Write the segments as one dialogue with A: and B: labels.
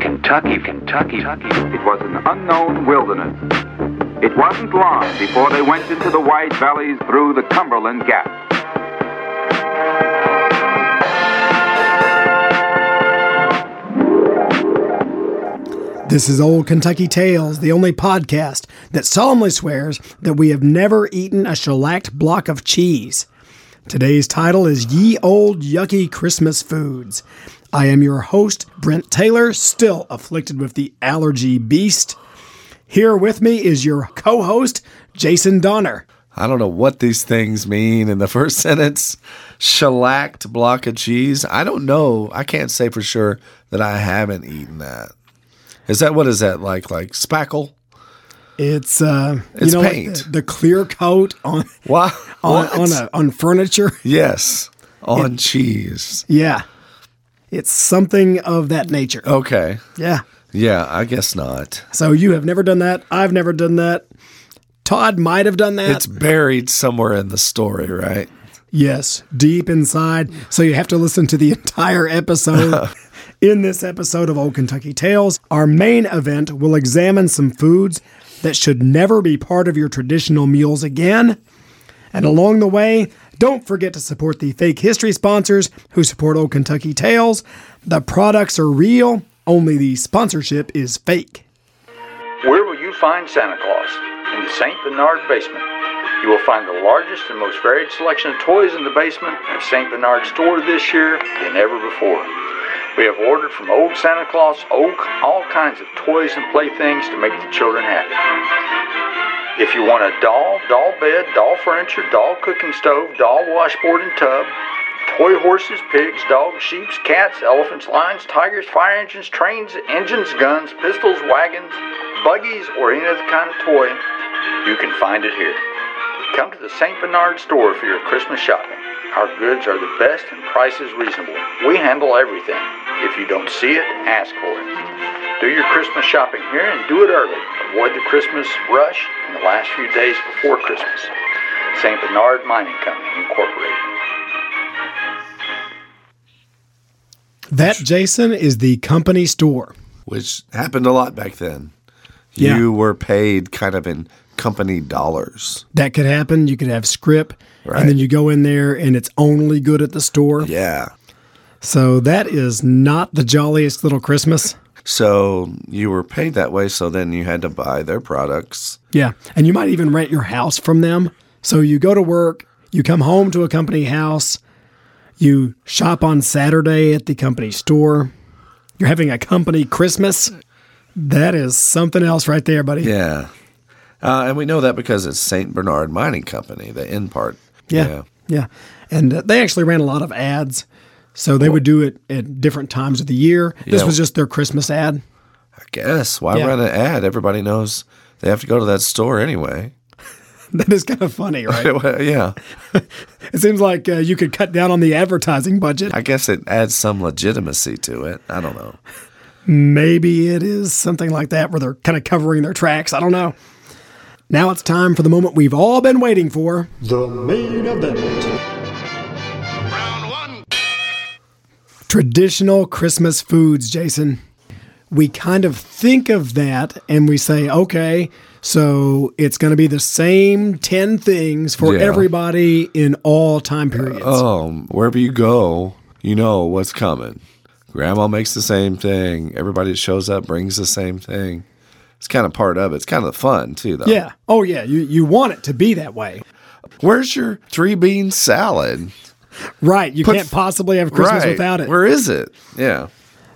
A: Kentucky, Kentucky, Kentucky. It was an unknown wilderness. It wasn't long before they went into the wide valleys through the Cumberland Gap.
B: This is Old Kentucky Tales, the only podcast that solemnly swears that we have never eaten a shellacked block of cheese. Today's title is Ye Old Yucky Christmas Foods. I am your host, Brent Taylor, still afflicted with the allergy beast. Here with me is your co host, Jason Donner.
C: I don't know what these things mean in the first sentence. Shellacked block of cheese. I don't know. I can't say for sure that I haven't eaten that. Is that what is that like? Like spackle?
B: It's uh,
C: It's
B: you know, like
C: paint.
B: the, the clear coat on
C: Why?
B: on
C: what?
B: on, a, on furniture.
C: yes, on cheese.
B: Yeah, it's something of that nature.
C: Okay.
B: Yeah.
C: Yeah, I guess not.
B: So you have never done that. I've never done that. Todd might have done that.
C: It's buried somewhere in the story, right?
B: Yes, deep inside. So you have to listen to the entire episode. In this episode of Old Kentucky Tales, our main event will examine some foods that should never be part of your traditional meals again. And along the way, don't forget to support the fake history sponsors who support Old Kentucky Tales. The products are real, only the sponsorship is fake.
A: Where will you find Santa Claus? In the St. Bernard basement. You will find the largest and most varied selection of toys in the basement of St. Bernard's store this year than ever before. We have ordered from Old Santa Claus, Oak, all kinds of toys and playthings to make the children happy. If you want a doll, doll bed, doll furniture, doll cooking stove, doll washboard and tub, toy horses, pigs, dogs, sheep, cats, elephants, lions, tigers, fire engines, trains, engines, guns, pistols, wagons, buggies, or any other kind of toy, you can find it here. Come to the St. Bernard store for your Christmas shopping. Our goods are the best and prices reasonable. We handle everything. If you don't see it, ask for it. Do your Christmas shopping here and do it early. Avoid the Christmas rush in the last few days before Christmas. St. Bernard Mining Company, Incorporated.
B: That, Jason, is the company store.
C: Which happened a lot back then.
B: Yeah.
C: You were paid kind of in company dollars.
B: that could happen. You could have script,
C: Right.
B: and then you go in there and it's only good at the store.
C: Yeah.
B: So that is not the jolliest little Christmas.
C: So you were paid that way, so then you had to buy their products.
B: Yeah. And you might even rent your house from them. So you go to work, you come home to a company house, you shop on Saturday at the company store, you're having a company Christmas. That is something else right there, buddy.
C: Yeah. Uh, and we know that because it's St. Bernard Mining Company, the end part.
B: Yeah. Yeah. And uh, they actually ran a lot of ads. So they would do it at different times of the year. This
C: Yeah.
B: was just their Christmas ad.
C: I guess. Why
B: Yeah.
C: run an ad? Everybody knows they have to go to that store anyway.
B: That is kind of funny, right?
C: yeah.
B: it seems like uh, you could cut down on the advertising budget.
C: I guess it adds some legitimacy to it. I don't know.
B: Maybe it is something like that where they're kind of covering their tracks. I don't know. Now it's time for the moment we've all been waiting for.
D: The main event.
B: traditional Christmas foods, Jason. We kind of think of that and we say, okay, so it's going to be the same 10 things for
C: Yeah.
B: everybody in all time periods.
C: Um, wherever you go, you know what's coming. Grandma makes the same thing. Everybody that shows up brings the same thing. It's kind of part of it. It's kind of fun too, though.
B: yeah. Oh, yeah. You, you want it to be that way.
C: Where's your three bean salad?
B: Right. You
C: Put-
B: can't possibly have Christmas
C: Right.
B: without it.
C: Where is it? Yeah.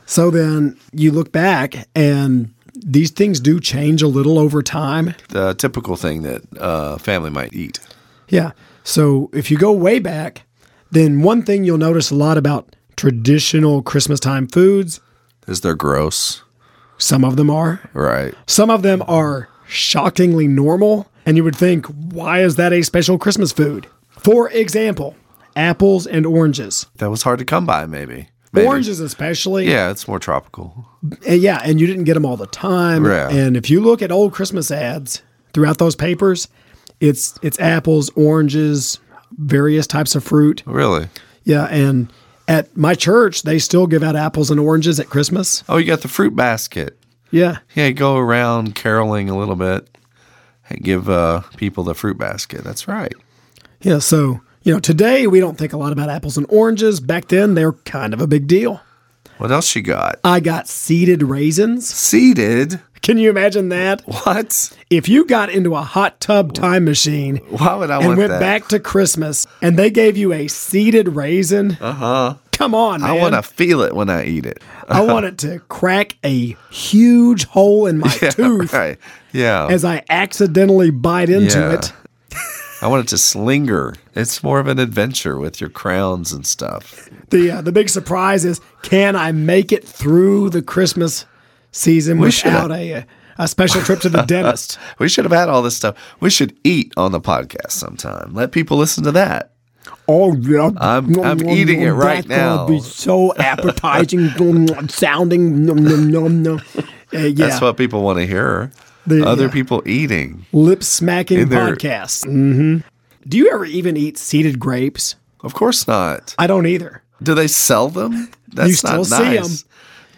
B: so then you look back and these things do change a little over time.
C: The typical thing that uh, family might eat.
B: Yeah. So if you go way back, then one thing you'll notice a lot about traditional Christmas time foods,
C: Is they're gross.
B: some of them are,
C: Right.
B: Some of them are shockingly normal, and you would think, why is that a special Christmas food? For example, apples and oranges.
C: That was hard to come by, maybe. Maybe.
B: Oranges, especially.
C: Yeah, it's more tropical.
B: And yeah, and you didn't get them all the time.
C: Yeah.
B: And if you look at old Christmas ads throughout those papers, it's it's apples, oranges, various types of fruit.
C: Really?
B: Yeah, and At my church, they still give out apples and oranges at Christmas.
C: Oh, you got the fruit basket.
B: Yeah.
C: Yeah, go around caroling a little bit and give uh, people the fruit basket. That's right.
B: Yeah. So, you know, today we don't think a lot about apples and oranges. Back then, they're kind of a big deal.
C: What else you got?
B: I got seeded raisins.
C: Seeded?
B: Can you imagine that?
C: What?
B: If you got into a hot tub time machine
C: Why would I
B: and
C: want
B: went
C: that?
B: back to Christmas and they gave you a seeded raisin, uh huh. Come on, man.
C: Uh-huh. I want to feel it when I eat it.
B: I want it to crack a huge hole in my tooth
C: Right. Yeah.
B: as I accidentally bite into
C: Yeah.
B: it.
C: I want it to slinger. It's more of an adventure with your crowns and stuff.
B: The uh, the big surprise is can I make it through the Christmas season
C: should
B: without a uh, a special trip to the dentist?
C: We should have had all this stuff. We should eat on the podcast sometime. Let people listen to that.
B: Oh yeah,
C: I'm- I'm eating it right
B: That's gonna
C: now.
B: Be so appetizing, sounding. Nom, nom, nom, nom. Uh, yeah,
C: That's what people want to hear.
B: The-
C: Other
B: yeah.
C: people eating.
B: lip smacking
C: In their-
B: podcast. Mm-hmm. Do you ever even eat seeded grapes?
C: Of course not.
B: I don't either.
C: Do they sell them? That's
B: still
C: not
B: see 'em.
C: nice.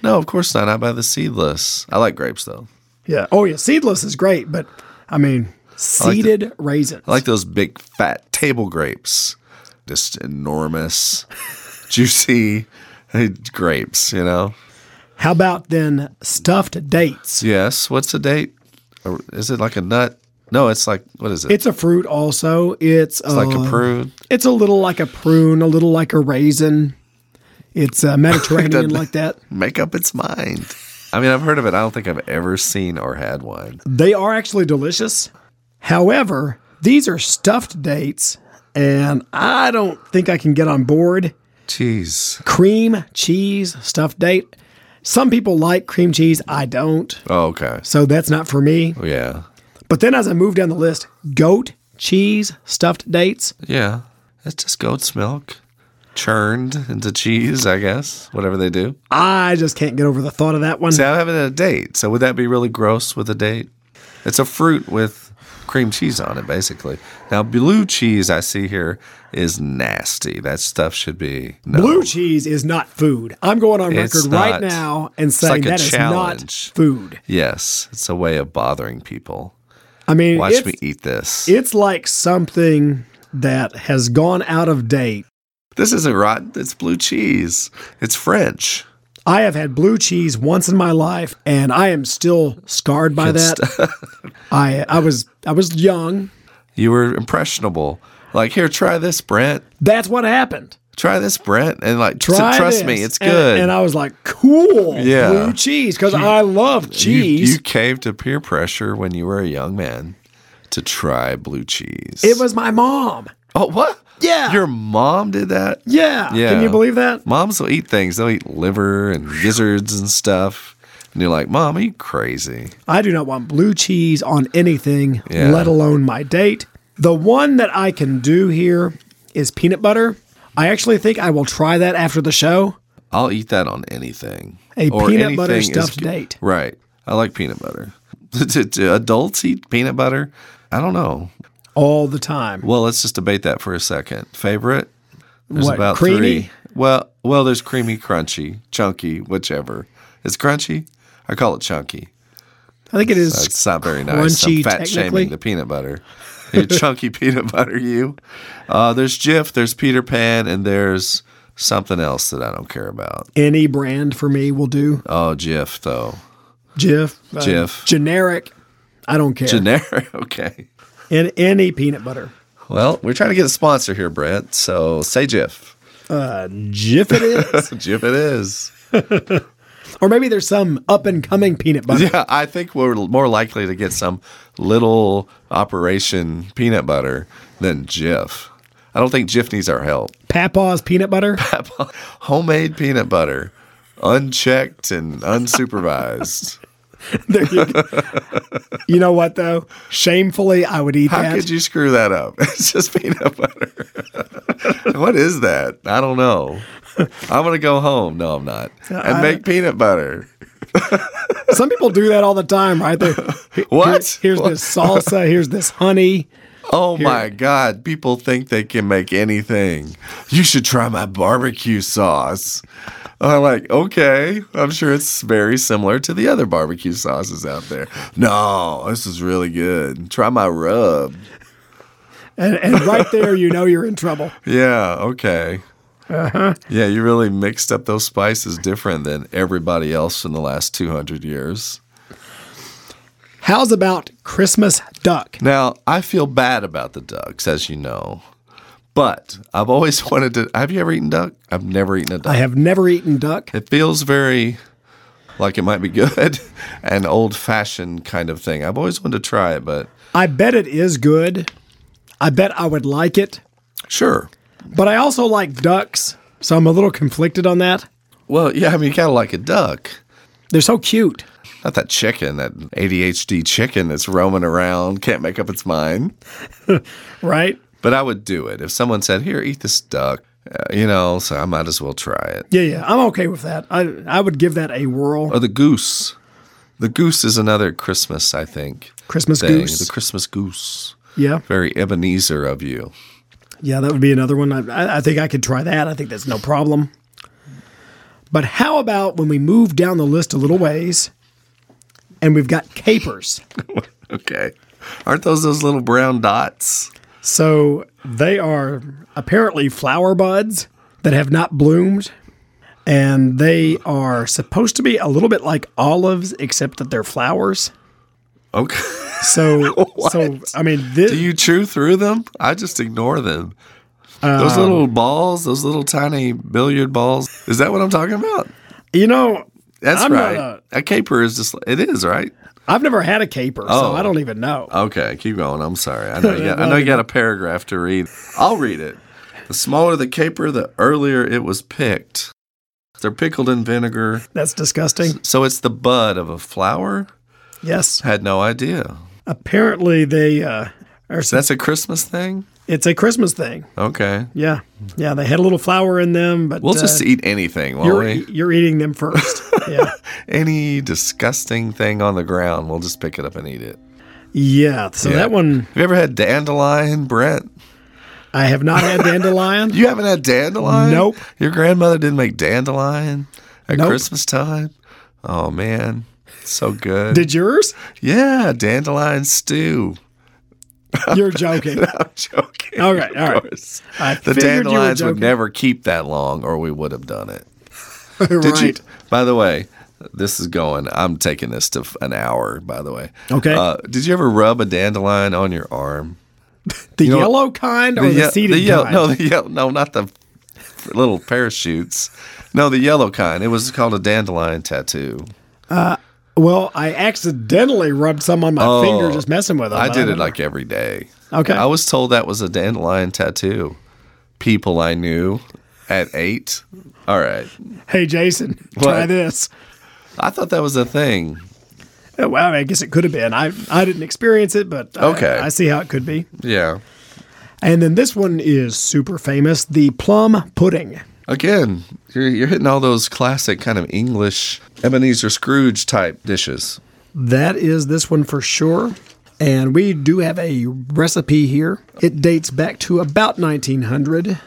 C: No, of course not. I buy the seedless. I like grapes though.
B: Yeah. Oh yeah, seedless is great, but I mean seeded raisins.
C: I like those big fat table grapes. Just enormous, juicy eh, grapes, you know?
B: How about then stuffed dates?
C: Yes. What's the date? Or Is it like a nut? No, it's like what is it?
B: It's a fruit also. It's, uh,
C: It's like a prune.
B: It's a little like a prune, a little like a raisin. It's uh, Mediterranean
C: doesn't-
B: like that.
C: Make up its mind. I mean, I've heard of it. I don't think I've ever seen or had one.
B: They are actually delicious. However, these are stuffed dates, and I don't think I can get on board.
C: Jeez.
B: Cream cheese stuffed date. Some people like cream cheese. I don't.
C: Oh, okay.
B: So that's not for me.
C: Oh, yeah.
B: But then as I move down the list, goat cheese stuffed dates.
C: Yeah. It's just goat's milk churned into cheese, I guess. Whatever they do.
B: I just can't get over the thought of that one.
C: See, I'm having a date. So would that be really gross with a date? It's a fruit with cream cheese on it, basically. Now, blue cheese I see here is nasty. That stuff should be no.
B: Blue cheese is not food. I'm going on
C: It's
B: record right
C: not.
B: now and saying
C: like a
B: that is
C: challenge.
B: not food.
C: Yes, it's a way of bothering people.
B: I mean,
C: Watch
B: it's,
C: me eat this.
B: it's like something that has gone out of date.
C: this isn't rotten. It's blue cheese. It's French.
B: I have had blue cheese once in my life, and I am still scarred by that. I I was I was young.
C: You were impressionable. Like, here, try this, Brent.
B: That's what happened.
C: Try this, Brent. And like, tr-
B: Try
C: trust
B: this.
C: me, it's
B: And-
C: good.
B: And, uh, I was like, cool,
C: Yeah.
B: blue cheese, because I love
C: You-
B: cheese.
C: You, caved to peer pressure when you were a young man to try blue cheese.
B: it was my mom.
C: oh what?
B: Yeah.
C: your mom did that.
B: Yeah.
C: Yeah.
B: Can you believe that?
C: Moms will eat things. They'll eat liver and gizzards and stuff. And you're like, Mom, are you crazy?
B: I do not want blue cheese on anything,
C: Yeah.
B: let alone my date. The one that I can do here is peanut butter. I actually think I will try that after the show.
C: I'll eat that on anything.
B: A peanut butter
C: anything is
B: stuffed
C: good.
B: date.
C: Right. I like peanut butter. Do- do adults eat peanut butter? I don't know.
B: All the time.
C: Well, let's just debate that for a second. Favorite? There's
B: What,
C: about
B: creamy?
C: three. Well, well, there's creamy, crunchy, chunky, whichever. It's crunchy. I call it chunky.
B: I think it is.
C: It's not very nice. I'm
B: Crunchy,
C: fat
B: technically.
C: shaming the peanut butter. You chunky peanut butter, you. Uh, there's Jif, there's Peter Pan, and there's something else that I don't care about.
B: Any brand for me will do.
C: Oh, Jif though.
B: Jif. uh,
C: Jif.
B: Generic. I don't care.
C: Generic. Okay.
B: In any peanut butter.
C: Well, we're trying to get a sponsor here, Brett. So say Jif.
B: Jif it is.
C: Jif it is.
B: or maybe there's some up and coming peanut butter.
C: Yeah, I think we're more likely to get some little operation peanut butter than Jif. I don't think Jif needs our help.
B: Papa's peanut butter.
C: Homemade peanut butter, unchecked and unsupervised.
B: There you, go. you know what though? Shamefully, I would eat
C: How
B: that.
C: could you screw that up? It's just peanut butter. what is that? I don't know. I'm gonna go home. No, I'm not. And make peanut butter.
B: Some people do that all the time, right? They're,
C: What?
B: Here's
C: What?
B: this salsa. Here's this honey.
C: Oh my God. People think they can make anything. You should try my barbecue sauce. I'm like, okay. I'm sure it's very similar to the other barbecue sauces out there. No, this is really good. Try my rub.
B: And, and right there, you know you're in trouble.
C: Yeah, okay. Yeah, you really mixed up those spices different than everybody else in the last 200 years.
B: How's about Christmas duck?
C: Now, I feel bad about the ducks, as you know, but I've always wanted to. Have you ever eaten duck? I've never eaten a duck.
B: I have never eaten duck.
C: It feels very like it might be good, an old fashioned kind of thing. I've always wanted to try it, but
B: I bet it is good. I bet I would like it.
C: sure.
B: But I also like ducks, so I'm a little conflicted on that.
C: Well, yeah, I mean, kind of like a duck.
B: They're so cute.
C: Not that chicken, that ADHD chicken that's roaming around, can't make up its mind.
B: Right?
C: But I would do it if someone said, "Here, eat this duck," uh, you know. So I might as well try it.
B: Yeah, yeah. I'm okay with that. I I would give that a whirl.
C: Or the goose. The goose is another Christmas, I think.
B: Christmas
C: thing.
B: goose.
C: The Christmas goose.
B: Yeah.
C: Very Ebenezer of you.
B: Yeah, that would be another one. I- I, I think I could try that. I think that's no problem. But how about when we move down the list a little ways and we've got capers?
C: Okay. Aren't those those little brown dots?
B: So they are apparently flower buds that have not bloomed. And they are supposed to be a little bit like olives, except that they're flowers.
C: Okay.
B: So, so I mean, this,
C: Do you chew through them? I just ignore them. Those
B: Um,
C: little balls, those little tiny billiard balls. Is that what I'm talking about?
B: you know,
C: That's
B: I'm not
C: right.
B: a-
C: a caper is just, it is, right?
B: I've never had a caper, so
C: Oh.
B: I don't even know.
C: Okay, keep going. I'm sorry. I know you got, I know you got a paragraph to read. I'll read it. The smaller the caper, the earlier it was picked. They're pickled in vinegar.
B: That's disgusting.
C: So it's the bud of a flower?
B: Yes.
C: Had no idea.
B: Apparently, they uh, are
C: So that's a Christmas thing?
B: It's a Christmas thing.
C: Okay.
B: Yeah. Yeah. They had a little flower in them, but
C: We'll
B: uh,
C: just eat anything, won't
B: you're, e-,
C: we?
B: you're eating them first. yeah.
C: Any disgusting thing on the ground, we'll just pick it up and eat it.
B: Yeah. So
C: Yeah.
B: that one,
C: Have you ever had dandelion, Brent?
B: I have not had dandelion.
C: You haven't had dandelion?
B: Nope.
C: Your grandmother didn't make dandelion at
B: Nope.
C: Christmas time? Oh, man. So good.
B: Did yours?
C: Yeah, dandelion stew.
B: You're joking.
C: I'm joking.
B: All right, all right.
C: course.
B: I
C: The
B: figured you were
C: dandelions would
B: joking.
C: never keep that long, or we would have done it. Did
B: right.
C: you? By the way, this is going. I'm taking this to f- an hour. By the way,
B: Okay.
C: Uh, did you ever rub a dandelion on your arm?
B: The
C: know-
B: yellow kind or the,
C: ye-
B: seeded
C: yellow,
B: kind?
C: no, the yellow, no, not the little parachutes. No, the yellow kind. It was called a dandelion tattoo.
B: well, I accidentally rubbed some on my finger just messing with them.
C: Oh. I
B: but
C: did it
B: don't-
C: like every day.
B: Okay.
C: I was told that was a dandelion tattoo. People I knew at eight. All right.
B: hey, Jason, try
C: What?
B: this.
C: I thought that was a thing.
B: Oh, Well, I guess it could have been. I, I didn't experience it, but I-
C: Okay.
B: I see how it could be.
C: Yeah.
B: And then this one is super famous the plum pudding.
C: Again, you're, you're hitting all those classic kind of English Ebenezer Scrooge type dishes.
B: That is this one for sure. And we do have a recipe here. It dates back to about 1900.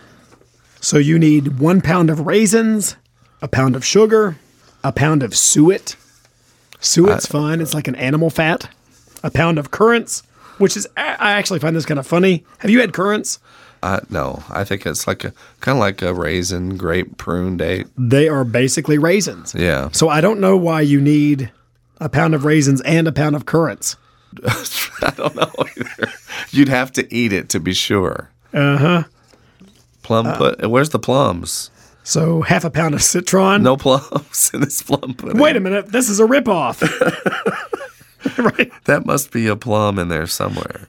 B: So you need one pound of raisins, a pound of sugar, a pound of suet. Suet's fine, it's like an animal fat. A pound of currants, which is, I I actually find this kind of funny. Have you had currants?
C: Uh, no, I think it's like a kind of like a raisin, grape, prune date.
B: They are basically raisins.
C: Yeah.
B: So I don't know why you need a pound of raisins and a pound of currants.
C: I don't know either. You'd have to eat it to be sure. Uh
B: Uh-huh.
C: huh. Plum
B: Uh.
C: put. Where's the plums?
B: So half a pound of citron.
C: No plums in this plum pudding.
B: Wait a minute, this is a ripoff. right.
C: That must be a plum in there somewhere.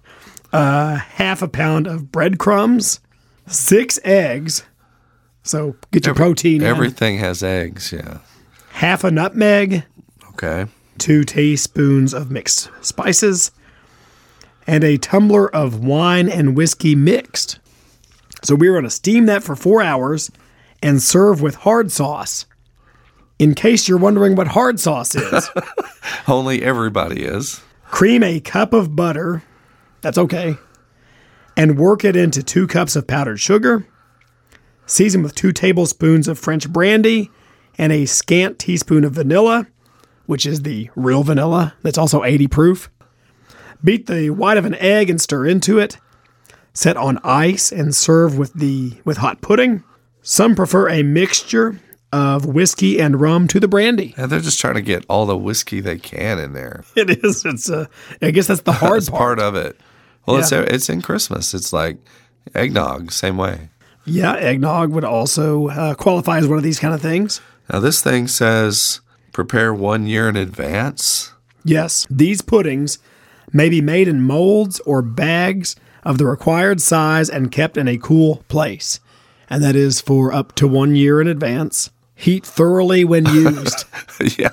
B: Half a pound of breadcrumbs, six eggs. So get your protein in.
C: Everything has eggs. Yeah.
B: Half a nutmeg,
C: Okay.
B: two teaspoons of mixed spices, and a tumbler of wine and whiskey mixed. So we're going to steam that for four hours and serve with hard sauce. In case you're wondering what hard sauce is,
C: Only everybody is.
B: cream a cup of butter. That's okay. and work it into two cups of powdered sugar. Season with two tablespoons of French brandy and a scant teaspoon of vanilla, which is the real vanilla that's also 80 proof. Beat the white of an egg and stir into it. Set on ice and serve with the with hot pudding. Some prefer a mixture of whiskey and rum to the brandy.
C: And they're just trying to get all the whiskey they can in there.
B: It is. It's a. I guess that's the hard
C: That's
B: part.
C: part of it. Well, it's
B: Yeah.
C: it's in Christmas. It's like eggnog, same way.
B: Yeah, eggnog would also uh, qualify as one of these kind of things.
C: Now this thing says prepare one year in advance.
B: Yes, these puddings may be made in molds or bags of the required size and kept in a cool place. And that is for up to one year in advance. Heat thoroughly when used.
C: yeah,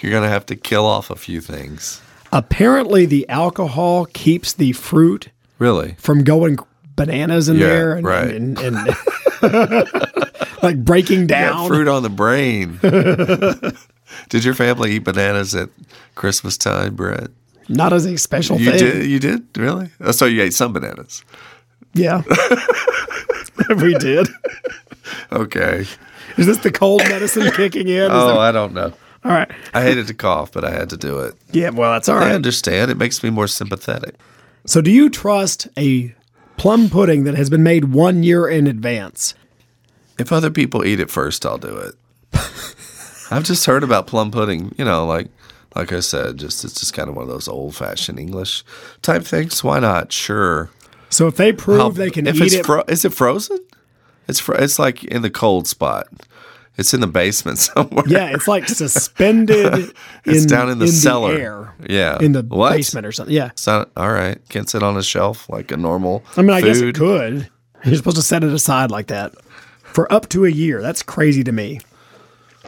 C: you're gonna have to kill off a few things.
B: Apparently, the alcohol keeps the fruit
C: Really?
B: from going bananas in
C: Yeah,
B: there and,
C: right.
B: and, and, and like breaking
C: Yeah,
B: down.
C: fruit on the brain. did your family eat bananas at Christmas time, Brett?
B: Not as a special
C: You
B: thing.
C: did. You did really? Oh, so you ate some bananas.
B: Yeah. we did.
C: Okay.
B: Is this the cold medicine kicking in? Is
C: Oh,
B: that-
C: I don't know.
B: all right.
C: I hated to cough, but I had to do it.
B: Yeah, well, that's all
C: I
B: right.
C: understand. It makes me more sympathetic.
B: So, do you trust a plum pudding that has been made one year in advance?
C: If other people eat it first, I'll do it. I've just heard about plum pudding. You know, like like I said, just it's just kind of one of those old fashioned English type things. Why not? Sure.
B: So, if they prove
C: How-
B: they can
C: if
B: eat
C: it's
B: it,
C: Fro- is it frozen? It's fro- it's like in the cold spot. It's in the basement somewhere.
B: yeah, it's like suspended.
C: It's down in the cellar.
B: air,
C: Yeah.
B: in the
C: What?
B: basement or something. Yeah,
C: It's not all right. Can't sit on a shelf like a normal.
B: I mean, I guess it
C: food.
B: could. You're supposed to set it aside like that for up to a year. That's crazy to me.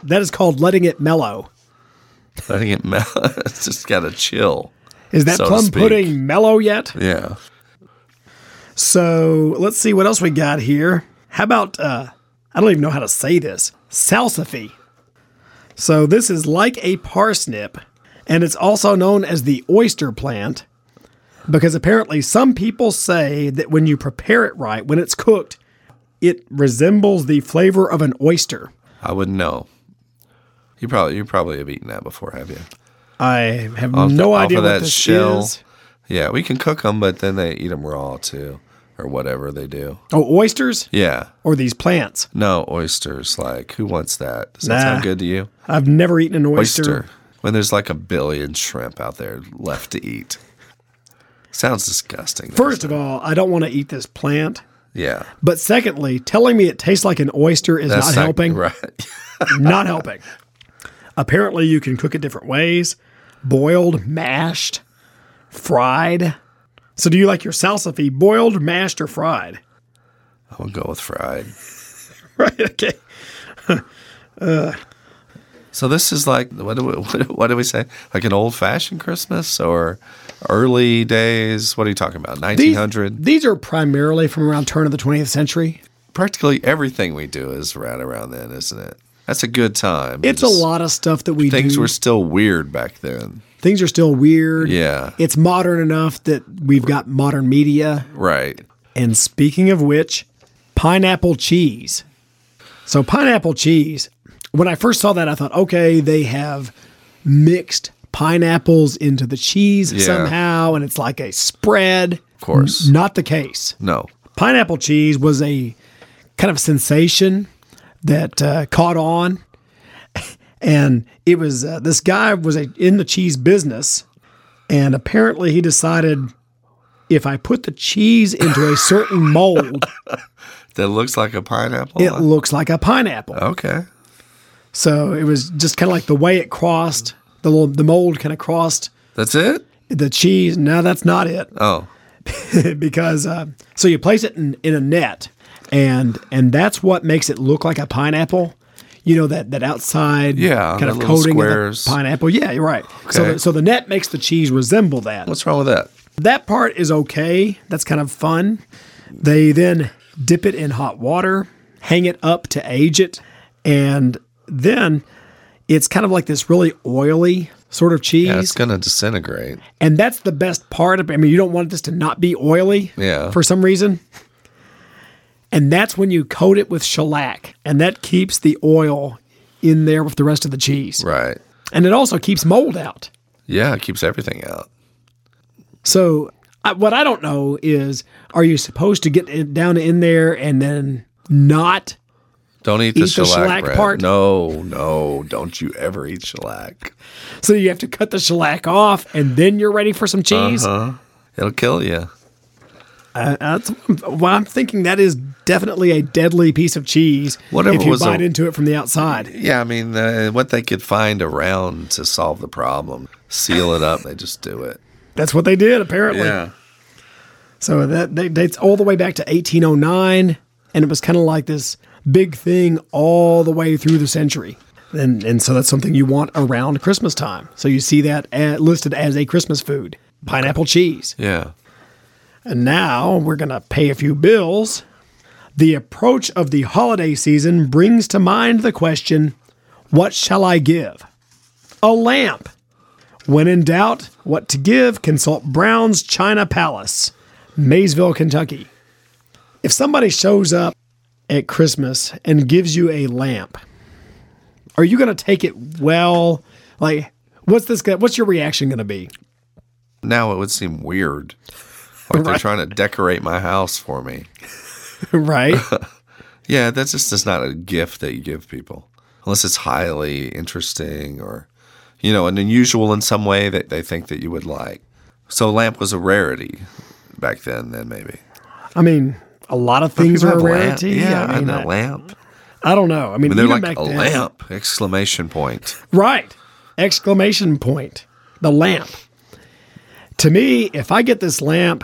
B: That is called letting it mellow.
C: Letting it melt. it's just got to chill.
B: Is that
C: So to
B: plum
C: speak.
B: pudding mellow yet?
C: Yeah.
B: So let's see what else we got here. How about uh, I don't even know how to say this salsify. So this is like a parsnip, and it's also known as the oyster plant because apparently some people say that when you prepare it right, when it's cooked, it resembles the flavor of an oyster.
C: I wouldn't know. You probably you probably have eaten that before, have you?
B: I have
C: Off the-
B: no
C: off
B: idea
C: of
B: what
C: that
B: this
C: shell.
B: is.
C: Yeah, we can cook them, but then they eat them raw too, or whatever they do.
B: Oh, oysters
C: Yeah.
B: or these plants?
C: No oysters. Like who wants that? Does that
B: Nah.
C: sound good to you?
B: I've never eaten an
C: Oyster. When there's like a billion shrimp out there left to eat. Sounds disgusting.
B: First of all, I don't want to eat this plant.
C: yeah,
B: But secondly, telling me it tastes like an oyster is not helping.
C: Right.
B: Not helping. Apparently, you can cook it different ways boiled, mashed, fried. So, do you like your salsify boiled, mashed, or fried?
C: I'm gonna go with fried.
B: Right. Okay.
C: So this is like what do we what do we say? Like an old fashioned Christmas or early days? What are you talking about?
B: These,
C: 1900.
B: these are primarily from around turn of the 20th century.
C: Practically everything we do is right around then, isn't it? That's a good time.
B: It's a
C: Just-
B: lot of stuff that we
C: Things
B: do.
C: were still weird back then.
B: things are still weird.
C: Yeah.
B: It's modern enough that we've got modern media.
C: Right.
B: And speaking of which, pineapple cheese. So, pineapple cheese, when I first saw that, I thought, okay, they have mixed pineapples into the cheese
C: Yeah.
B: somehow, and it's like a spread.
C: Of course.
B: Not the case.
C: No.
B: Pineapple cheese was a kind of sensation that uh, caught on. And it was uh, this guy was a, in the cheese business, and apparently he decided if I put the cheese into a certain mold,
C: That looks like a pineapple.
B: it looks like a pineapple.
C: okay.
B: So it was just kind of like the way it crossed the little, the mold kind of crossed
C: That's it.
B: the cheese. No, that's not it.
C: Oh,
B: because uh, so you place it in, in a net and and that's what makes it look like a pineapple you know that that outside
C: Yeah,
B: kind
C: the
B: of
C: little
B: coating of
C: squares.
B: the pineapple yeah you're right so
C: Okay.
B: the, so the net makes the cheese resemble that
C: what's wrong with that?
B: that part is okay that's kind of fun they then dip it in hot water hang it up to age it and then it's kind of like this really oily sort of cheese.
C: Yeah, it's gonna disintegrate.
B: And that's the best part. of- I mean, you don't want this to not be oily
C: Yeah.
B: for some reason. And that's when you coat it with shellac, and that keeps the oil in there with the rest of the cheese.
C: Right.
B: And it also keeps mold out.
C: Yeah, it keeps everything out.
B: So, I, what I don't know is are you supposed to get it down in there and then not?
C: Don't eat the
B: Eat the
C: shellac,
B: shellac
C: bread.
B: part?
C: No, no, don't you ever eat shellac.
B: So, you have to cut the shellac off, and then you're ready for some cheese?
C: Uh-huh. It'll kill you.
B: Uh, that's well, I'm thinking that is definitely a deadly piece of cheese
C: Whatever
B: if you
C: was a-
B: bite into it from the outside.
C: Yeah, I mean, uh, what they could find around to solve the problem, seal it up, they just do it.
B: That's what they did, apparently. So that, that dates all the way back to 1809, and it was kind of like this big thing all the way through the century. And, and so that's something you want around Christmas time. So you see that a- listed as a Christmas food pineapple cheese.
C: Yeah.
B: And now we're going to pay a few bills. The approach of the holiday season brings to mind the question what shall I give? A lamp. When in doubt what to give, consult Brown's China Palace, Maysville, Kentucky. If somebody shows up at Christmas and gives you a lamp, are you going to take it well? Like, what's this? Gonna, what's your reaction going to be?
C: Now it would seem weird. Like they're trying to decorate my house for me.
B: right?
C: Yeah, that's just that's not a gift that you give people unless it's highly interesting or, you know, and unusual in some way that they think that you would like. So lamp was a rarity back then. Then maybe
B: I mean, a lot of things
C: People
B: are a
C: have lamp.
B: rarity.
C: Yeah,
B: I, mean,
C: and a
B: I,
C: lamp.
B: I don't know. I mean,
C: And they're
B: even
C: like
B: back
C: a
B: then-
C: lamp! Exclamation point.
B: right? Exclamation point. The lamp. To me, if I get this lamp,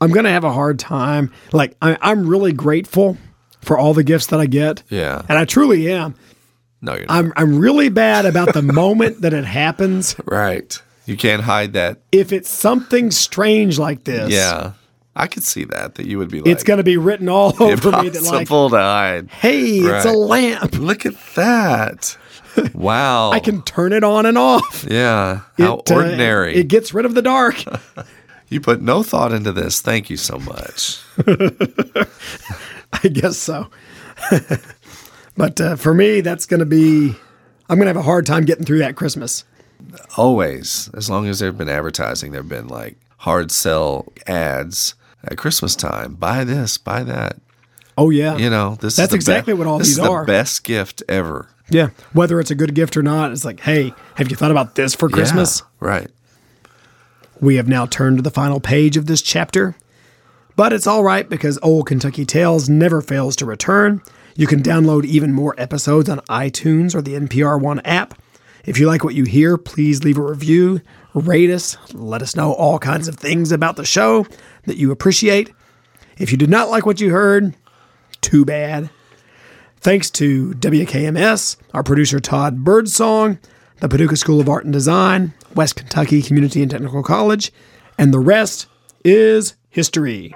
B: I'm gonna have a hard time. Like I, I'm really grateful for all the gifts that I get.
C: Yeah.
B: and I truly am.
C: No, you're not.
B: I'm I'm really bad about the moment that it happens.
C: right. You can't hide that.
B: If it's something strange like this,
C: Yeah, I could see that. That you would be like
B: it's gonna be written all over me that like,
C: impossible to hide.
B: hey, it's a
C: Right.
B: lamp.
C: Look at that. Wow.
B: I can turn it on and off.
C: Yeah. How
B: uh,
C: ordinary.
B: it gets rid of the dark.
C: you put no thought into this. Thank you so much.
B: I guess so. but uh, for me, that's going to be, I'm going to have a hard time getting through that Christmas.
C: Always, as long as there've been advertising, there've been like hard sell ads at Christmas time. Buy this, buy that.
B: Oh, yeah.
C: You know, this
B: That's
C: is the
B: exactly what all
C: this
B: these
C: is
B: are.
C: the best gift ever.
B: Yeah. Whether it's a good gift or not, it's like, hey, have you thought about this for
C: Yeah,
B: Christmas?
C: right.
B: We have now turned to the final page of this chapter. But it's all right because Old Kentucky Tales never fails to return. You can download even more episodes on iTunes or the NPR One app. If you like what you hear, please leave a review, rate us, let us know all kinds of things about the show that you appreciate. If you did not like what you heard, too bad. Thanks to WKMS, our producer Todd Birdsong, the Paducah School of Art and Design, West Kentucky Community and Technical College, and the rest is history.